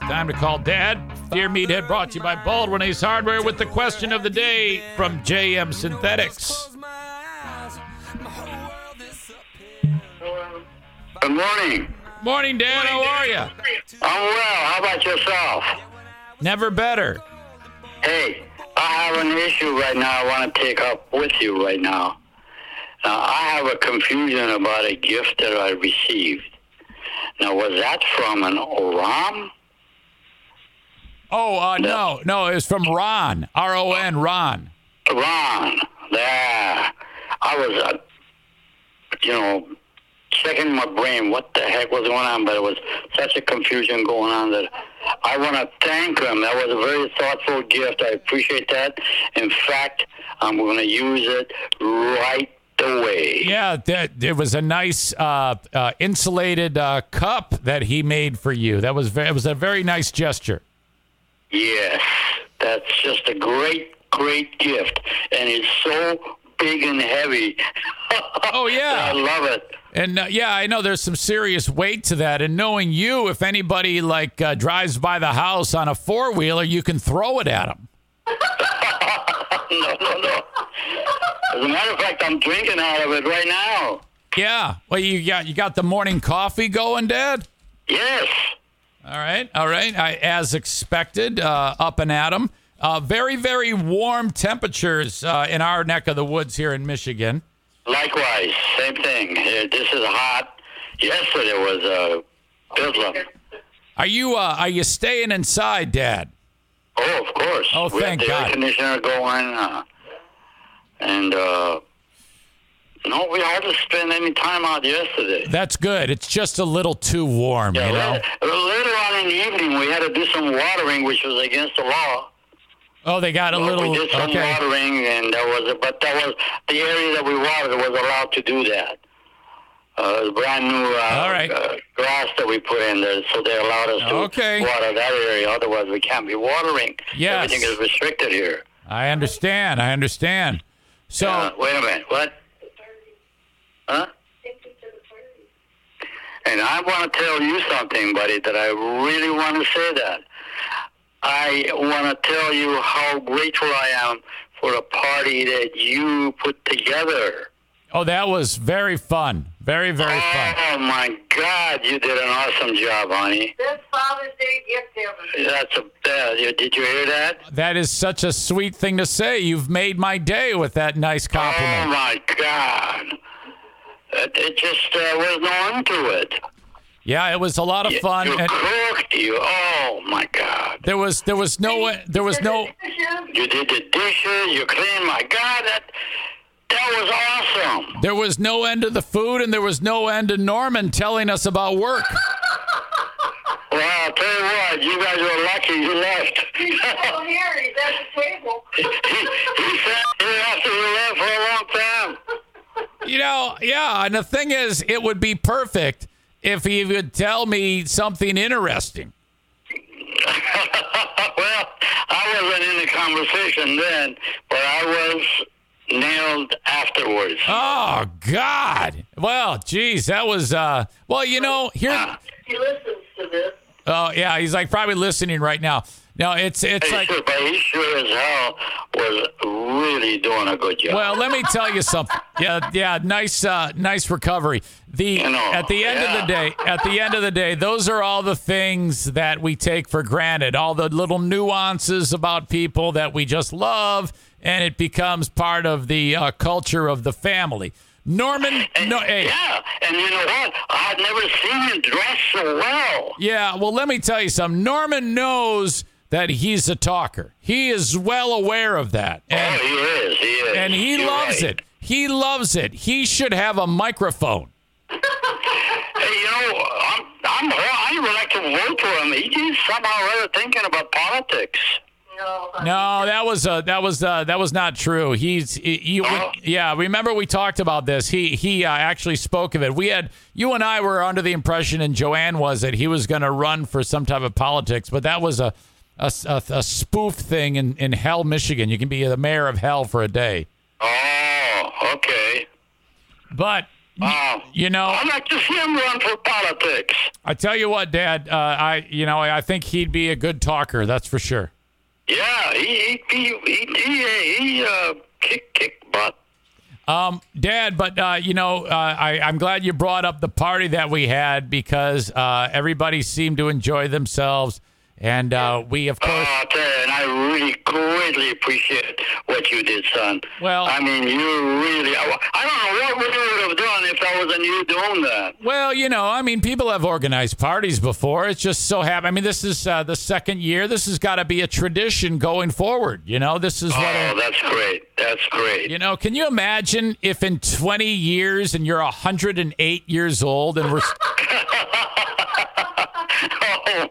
Time to call Dad. Dear Meathead brought to you by Baldwin's Hardware with the question of the day from JM Synthetics. Good morning. Morning, Dad. How are you? I'm well. How about yourself? Never better. Hey, I have an issue right now I want to take up with you right now. Now, I have a confusion about a gift that I received. Now, was that from an Oram? Oh, uh, no, no, it's from Ron. R O N, Ron. Ron, there. I was, uh, you know, checking my brain what the heck was going on, but it was such a confusion going on that I want to thank him. That was a very thoughtful gift. I appreciate that. In fact, I'm going to use it right away. Yeah, that it was a nice uh, uh, insulated uh, cup that he made for you. That was ve- it was a very nice gesture. Yes, that's just a great, great gift, and it's so big and heavy. Oh I yeah, love it. and uh, yeah, I know there's some serious weight to that. And knowing you, if anybody like uh, drives by the house on a four wheeler, you can throw it at them. No, no, no. As a matter of fact, I'm drinking out of it right now. Yeah. Well, you got you got the morning coffee going, Dad. Yes. All right, all right. I, as expected, uh, up and at 'em. Uh, very, very warm temperatures uh, in our neck of the woods here in Michigan. Likewise, same thing. Uh, This is hot. Yesterday was a uh, bedlam. Are you uh, are you staying inside, Dad? Oh, of course. Oh, we thank had the God. air conditioner going, uh, and uh, no, we hardly spent any time out yesterday. That's good. It's just a little too warm, Yeah, you know. la- later on in the evening, we had to do some watering, which was against the law. Oh, they got a But little. we did some Okay. watering, and that was, but that was the area that we watered was allowed to do that. Uh, it was brand new uh, All right. uh, grass that we put in there, so they allowed us to Okay. water that area. Otherwise, we can't be watering. Yes. Everything is restricted here. I understand. I understand. So Uh, wait a minute. What? Huh? And I want to tell you something, buddy, that I really want to say that. I want to tell you how grateful I am for a party that you put together. oh, that was very fun. Very, very fun. Oh, my God, you did an awesome job, honey. This Father's Day gift ever. That's a bad. Did you hear that? That is such a sweet thing to say. You've made my day with that nice Oh, compliment. my God. It, it just uh, was no end to it. Yeah, it was a lot of fun. You and- cooked. You. Oh my God. There was there was no there was no You did the dishes. You cleaned. My God, that that was awesome. there was no end to the food and there was no end to Norman telling us about work. Well, I'll tell you what. You guys were lucky. You left. He's still here. He's at the table. he, he sat here after you left for a long time. You know, yeah, and the thing is it would be perfect if he would tell me something interesting. well, I wasn't in the conversation then, but I was nailed afterwards. Oh god. Well, geez, that was uh well, you know, here He listens to this. Oh, yeah, he's like probably listening right now. No, it's it's He like sure- but he sure as hell was really doing a good job. Well, let me tell you something. Yeah, yeah, nice, uh, nice recovery. The You know, at the end of the yeah. day, at the end of the day, those are all the things that we take for granted. All the little nuances about people that we just love, and it becomes part of the uh, culture of the family. Norman, no, hey, Yeah, and you know what? I've never seen him dress so well. yeah. Well, let me tell you something. Norman knows that he's a talker. He is well aware of that, and oh, he is. He is. and he You're loves right. it. He loves it. He should have a microphone. Hey, you know, I'm I'm, I would like to vote for him. He- He's somehow or other thinking about politics. No. I- No, that was uh, that was uh, that was not true. He's he, he- we- Oh. yeah. Remember we talked about this. He he uh, actually spoke of it. We had you and I were under the impression, and Joanne was that he was going to run for some type of politics, but that was a a, a, a spoof thing in, in Hell, Michigan. You can be the mayor of Hell for a day, Oh, okay. but Wow. you know. I'd like to see him run for politics. I tell you what, Dad. Uh, I you know I think he'd be a good talker. That's for sure. Yeah, he he he he, he, he uh, kick kick butt. Um, Dad, but uh, you know, uh, I, I'm glad you brought up the party that we had because uh, everybody seemed to enjoy themselves, and uh, we, of course, Oh, Ted, and I really greatly appreciate what you did, son. Well- I mean, you really. I, I don't know what we would have done if I wasn't you doing that. well, you know, I mean, people have organized parties before. It's just so happy. I mean, this is uh, the second year. This has got to be a tradition going forward. You know, this is what. Oh, that's great. That's great. you know, can you imagine if in 20 years and you're 108 years old and we're, oh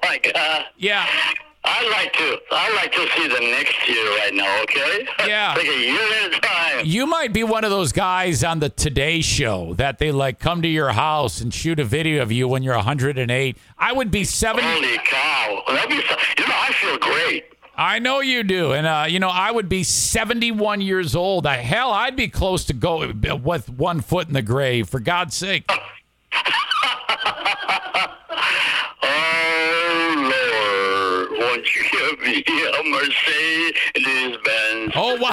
my God. yeah, I'd like to. I'd like to see the next year right now. Okay. Yeah. Take a year at a time. You might be one of those guys on the Today Show that they like come to your house and shoot a video of you when you're 108. I would be 70. Holy cow! That'd be. so- You know, I feel great. I know you do, and uh, you know I would be 71 years old. I, hell, I'd be close to go uh, with one foot in the grave. For God's sake, Oh Lord, won't you give me a Mercedes Benz? oh wow.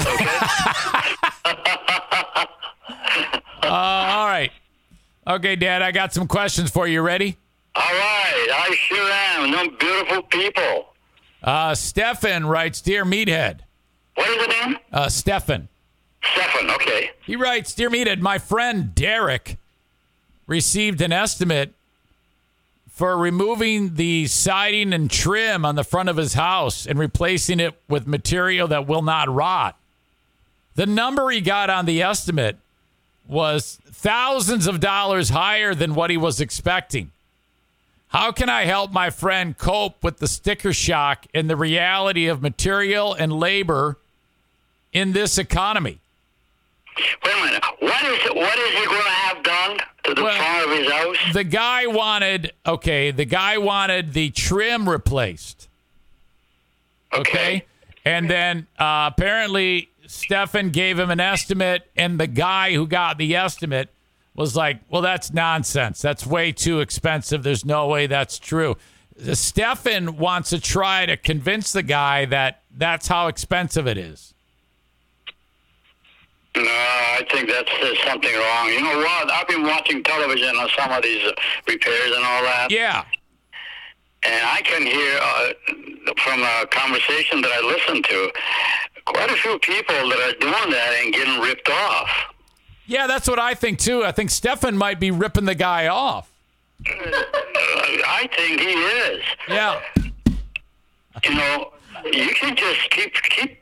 uh, all right, okay, Dad. I got some questions for you. Ready? All right, I sure am. Them beautiful people. Uh, Stefan writes, "Dear Meathead." What is it name? Uh, Stefan. Stefan. Okay. He writes, Dear Meathead, my friend Derek received an estimate for removing the siding and trim on the front of his house and replacing it with material that will not rot. The number he got on the estimate was thousands of dollars higher than what he was expecting. How can I help my friend cope with the sticker shock and the reality of material and labor in this economy? Wait a minute. What is what is he going to have done to the Well- front of his house? the guy wanted okay the guy wanted the trim replaced okay and then uh, apparently stefan gave him an estimate and the guy who got the estimate was like well that's nonsense that's way too expensive there's no way that's true stefan wants to try to convince the guy that that's how expensive it is No, I think that's there's something wrong. You know what? I've been watching television on some of these uh, repairs and all that. yeah and I can hear uh, from a conversation that I listen to quite a few people that are doing that and getting ripped off. yeah that's what i think too i think stefan might be ripping the guy off Uh, I think he is. yeah You know, you can just keep keep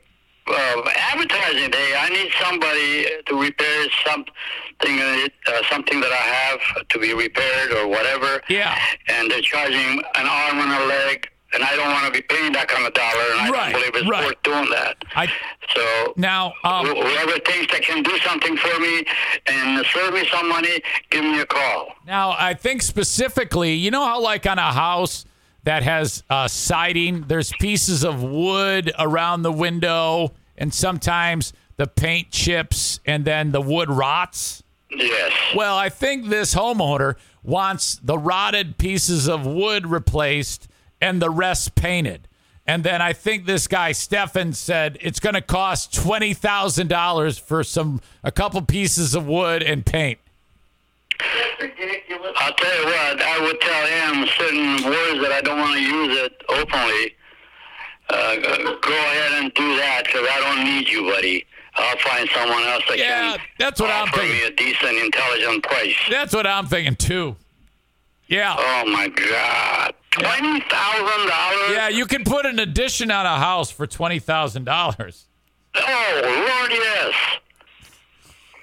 uh, advertising. Hey, I need somebody to repair something uh, something that I have to be repaired or whatever. yeah and they're charging an arm and a leg, and I don't want to be paying that kind of dollar, and I Right, don't believe it's right. worth doing that. I- so now um, wh- whoever thinks they can do something for me and serve me some money, give me a call. Now, I think specifically, you know how, like, on a house that has uh, siding, there's pieces of wood around the window, and sometimes the paint chips and then the wood rots? Yes. Well, I think this homeowner wants the rotted pieces of wood replaced and the rest painted. And then I think this guy Stefan said it's going to cost twenty thousand dollars for some a couple pieces of wood and paint. That's ridiculous. I'll tell you what, I would tell him certain words that I don't want to use it openly. Uh, go ahead and do that because I don't need you, buddy. I'll find someone else that Yeah, can that's what I'm offer thinking. me a decent, intelligent price. That's what I'm thinking too. Yeah. Oh my God! Twenty thousand dollars? Yeah, you can put an addition on a house for twenty thousand dollars. Oh Lord, yes.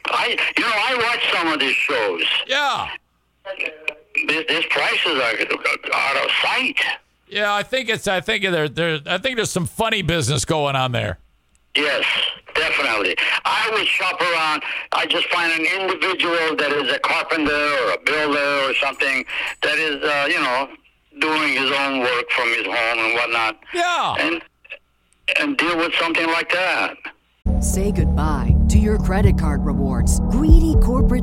I, you know, I watch some of these shows, Yeah. These, these prices are out of sight. Yeah, I think it's. I think there, there. I think there's some funny business going on there. Yes, definitely. I would shop around. I just find an individual that is a carpenter or a builder or something that is, uh, you know, doing his own work from his home and whatnot, Yeah. and and deal with something like that. Say goodbye to your credit card rewards. Greedy corporate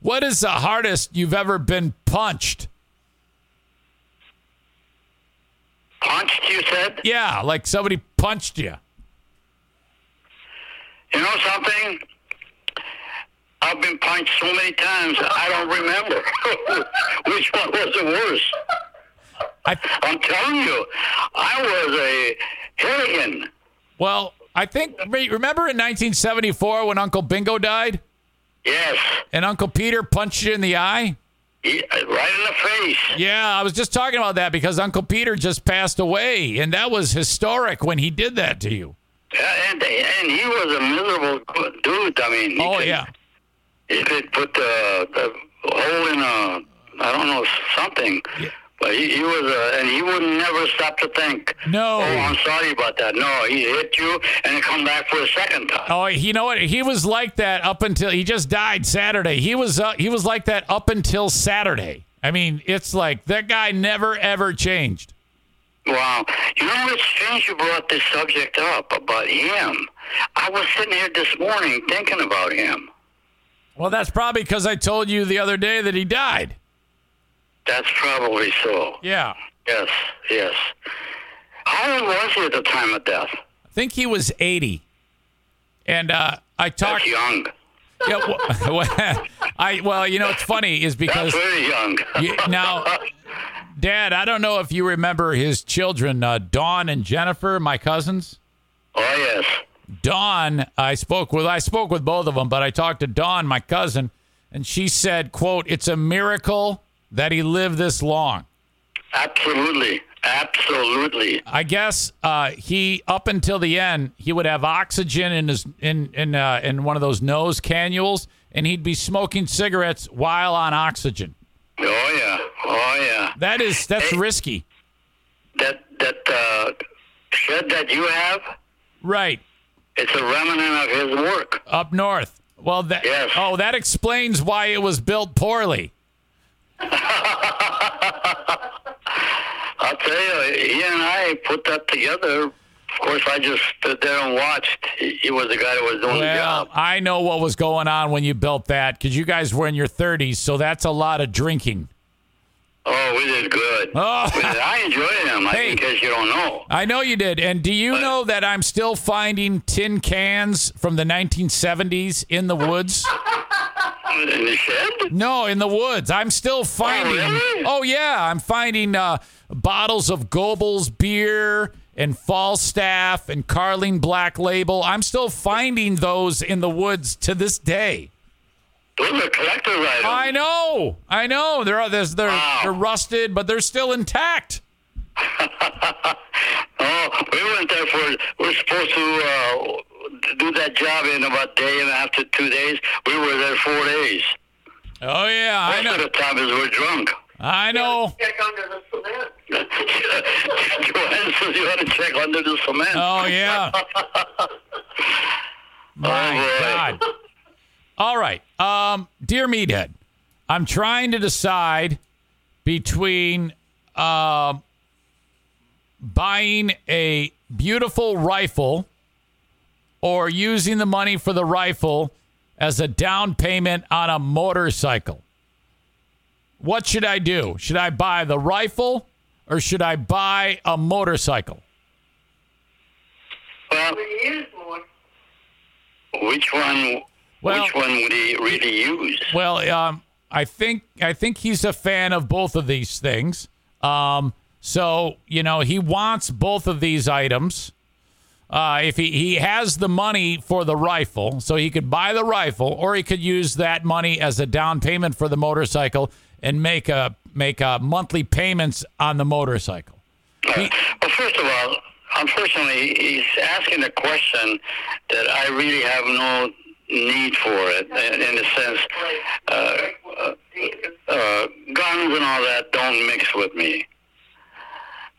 what is the hardest you've ever been punched? Punched, you said? Yeah, like somebody punched you. You know something? I've been punched so many times, I don't remember which one was the worst. I I'm telling you, I was a Hilligan. well, I think. re- Remember in 1974 when Uncle Bingo died Yes, and Uncle Peter punched you in the eye? He- right in the face. Yeah, I was just talking about that because Uncle Peter just passed away, and that was historic when he did that to you. Yeah, And, and he was a miserable dude. I mean, he Oh could- yeah, he could put the, the hole in a, I don't know, something. Yeah. But he, he was, a, and he would never stop to think. No. Oh, I'm sorry about that. No, he hit you and come back for a second time. Oh, you know what? He was like that up until he just died Saturday. He was uh, he was like that up until Saturday. I mean, it's like that guy never ever changed. Oh. Wow. You know, it's strange you brought this subject up about him. I was sitting here this morning thinking about him. Well, that's probably because I told you the other day that he died. That's probably so. Yeah, Yes, yes. How old was he at the time of death? I think he was eighty, and uh, I That's talked. young. Yeah, well, I well, you know, it's funny is because That's very young. You- now, Dad, I don't know if you remember his children, uh, Dawn and Jennifer, my cousins. oh, yes. Dawn, I spoke with. I spoke with both of them, but I talked to Dawn, my cousin, and she said, "quote It's a miracle that he lived this long." Absolutely. Absolutely. I guess uh, he up until the end he would have oxygen in his in in uh, in one of those nose cannules, and he'd be smoking cigarettes while on oxygen. Oh, yeah. Oh, yeah. That is that's Hey. risky, That, that uh, shed that you have, right? it's a remnant of his work. up north. Well, that Yes. oh, that explains why it was built poorly. I'll tell you, he and I put that together. Of course, I just stood there and watched. He, he was the guy that was doing the Well, job. I know what was going on when you built that because you guys were in your 30s, so that's a lot of drinking. Oh, we did good. Oh. We did- I enjoyed him, I- Hey. in case you don't know. I know you did. And do you know that I'm still finding tin cans from the 1970s in the woods? In the shed? No, in the woods. I'm still finding. really? Oh, yeah, I'm finding uh, bottles of Goebbels beer and Falstaff and Carling Black Label. I'm still finding those in the woods to this day. Those are collector's items. I know, I know. They're uh, they're they're, Wow. they're rusted, but they're still intact. Oh, we went there for, we were supposed to uh, do that job in about a day and a half to two days. We were there four days. Oh yeah, I Most of know, the time is we're drunk. I know. Check under the cement. Joanne says you ought to check under the cement. Oh yeah. My boy. God. All right, um, dear meathead, I'm trying to decide between um, buying a beautiful rifle or using the money for the rifle as a down payment on a motorcycle. What should I do? Should I buy the rifle or should I buy a motorcycle? Well, We use more. Which one? Well- which one would he really use? Well, um, I think I think he's a fan of both of these things. Um, so you know he wants both of these items. Uh, if he, he has the money for the rifle, so he could buy the rifle, or he could use that money as a down payment for the motorcycle and make a make a monthly payments on the motorcycle. He- Uh, Well, first of all, unfortunately, he's asking a question that I really have no need for it, in, in the sense, uh, uh, uh, guns and all that don't mix with me.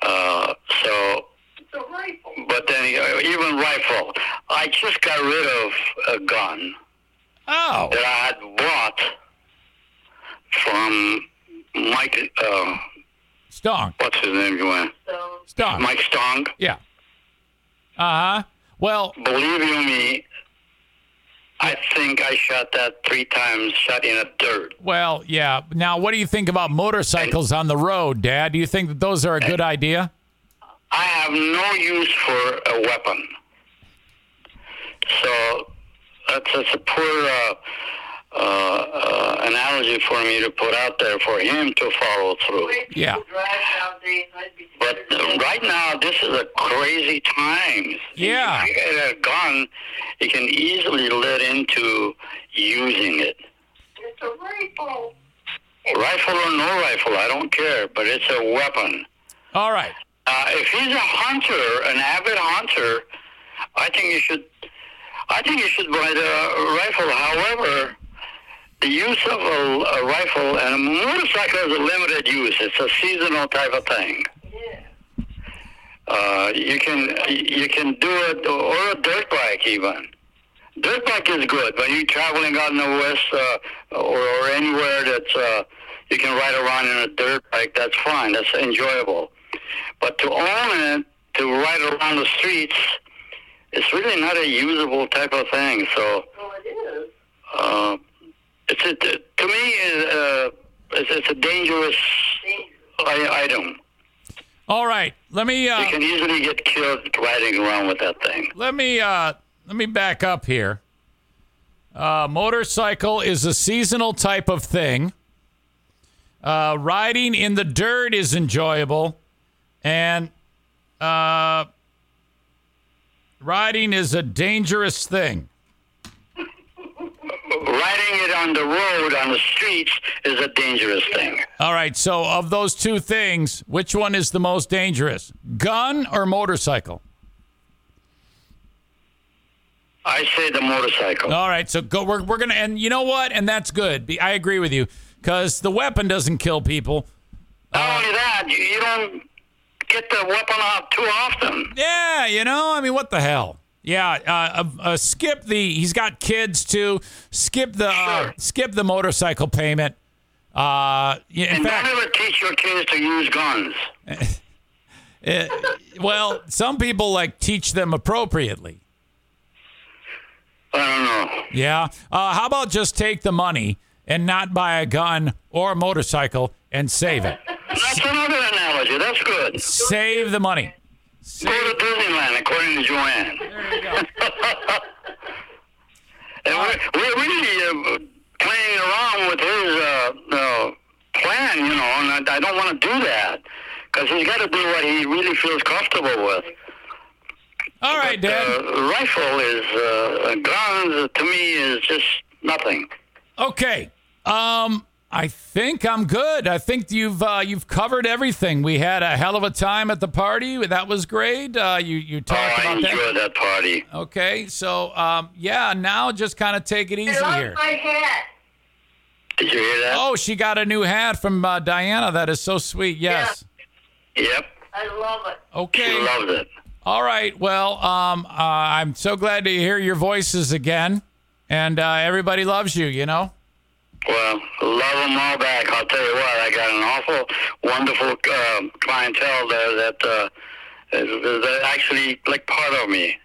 Uh, so, but then uh, even rifle, I just got rid of a gun oh, that I had bought from Mike. Uh, Stong, what's his name? You went Stong, Mike Stong. yeah. Uh huh. Well, believe you me, I think I shot that three times, shot in a dirt. Well, yeah. Now, what do you think about motorcycles on the road, Dad? Do you think that those are a good idea? I have no use for a weapon. So that's, that's a poor uh, uh, uh, analogy for me to put out there for him to follow through. Yeah. But uh, right now, this is a crazy times. Yeah. If you get a gun, you can easily let into using it. It's a rifle. Rifle or no rifle, I don't care, but it's a weapon. All right. Uh, if he's a hunter, an avid hunter, I think you should. I think you should buy the rifle. However, the use of a, a rifle and a motorcycle is a limited use. It's a seasonal type of thing. Uh, you can you can do it or a dirt bike even. Dirt bike is good when you're traveling out in the west uh, or, or anywhere that's uh, you can ride around in a dirt bike. That's fine. That's enjoyable. But to own it, to ride around the streets, it's really not a usable type of thing. So Well, Oh, it is. uh, it's a, to me, uh, it's, it's a dangerous i- item. All right. Let me You uh, can easily get killed riding around with that thing. let me uh, let me back up here. Uh, motorcycle is a seasonal type of thing. Uh, riding in the dirt is enjoyable, and uh, riding is a dangerous thing. Riding it on the road, on the streets, is a dangerous thing. All right. So, of those two things, which one is the most dangerous? Gun or motorcycle? I say the motorcycle. All right. So, go. We're, we're going to, and you know what? And that's good. Be- I agree with you because the weapon doesn't kill people. Not only that, you, you don't get the weapon out too often. Yeah. You know, I mean, what the hell? Yeah. Uh, uh, uh, skip the, he's got kids too. Skip the, uh, Sure. skip the motorcycle payment. Uh, yeah, in And fact, don't ever teach your kids to use guns. uh, well, some people like teach them appropriately. I don't know. Yeah. Uh, how about just take the money and not buy a gun or a motorcycle and save it? That's another analogy. That's good. Save the money. Go to Disneyland, according to Joanne. There you go. And we're, we're really uh, playing around with his uh, uh, plan, you know, and I, I don't want to do that because he's got to do what he really feels comfortable with. All right, Dad. Uh, rifle is, uh, guns uh, to me is just nothing. Okay. Um, I think I'm good. I think you've uh, you've covered everything. We had a hell of a time at the party. That was great. Uh, you you Oh, talked I about that. enjoyed that party. Okay. So um, yeah, now just kind of take it I easy lost here. my hat. Did you hear that? Oh, she got a new hat from uh, Diana. That is so sweet. Yes. Yep, I love it. Okay. she loves it. All right. Well, um, uh, I'm so glad to hear your voices again, and uh, everybody loves you. You know. Well, love them all back. I'll tell you what, I got an awful, wonderful um, clientele there that uh, is, is that actually like part of me.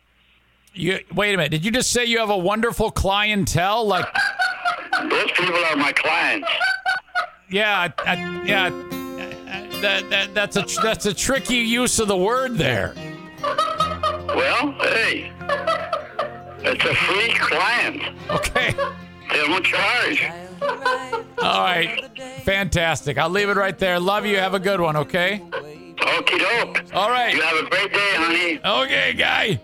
You wait a minute. Did you just say you have a wonderful clientele? Like, Those people are my clients. yeah, I- I- yeah. I- I- That, that that's a tr- that's a tricky use of the word there. Well, hey, it's a free client. Okay. They don't charge. I'll drive All right. Fantastic. I'll leave it right there. Love you. Have a good one, okay? Okie doke. All You right. have a great day, honey. Okay, guy.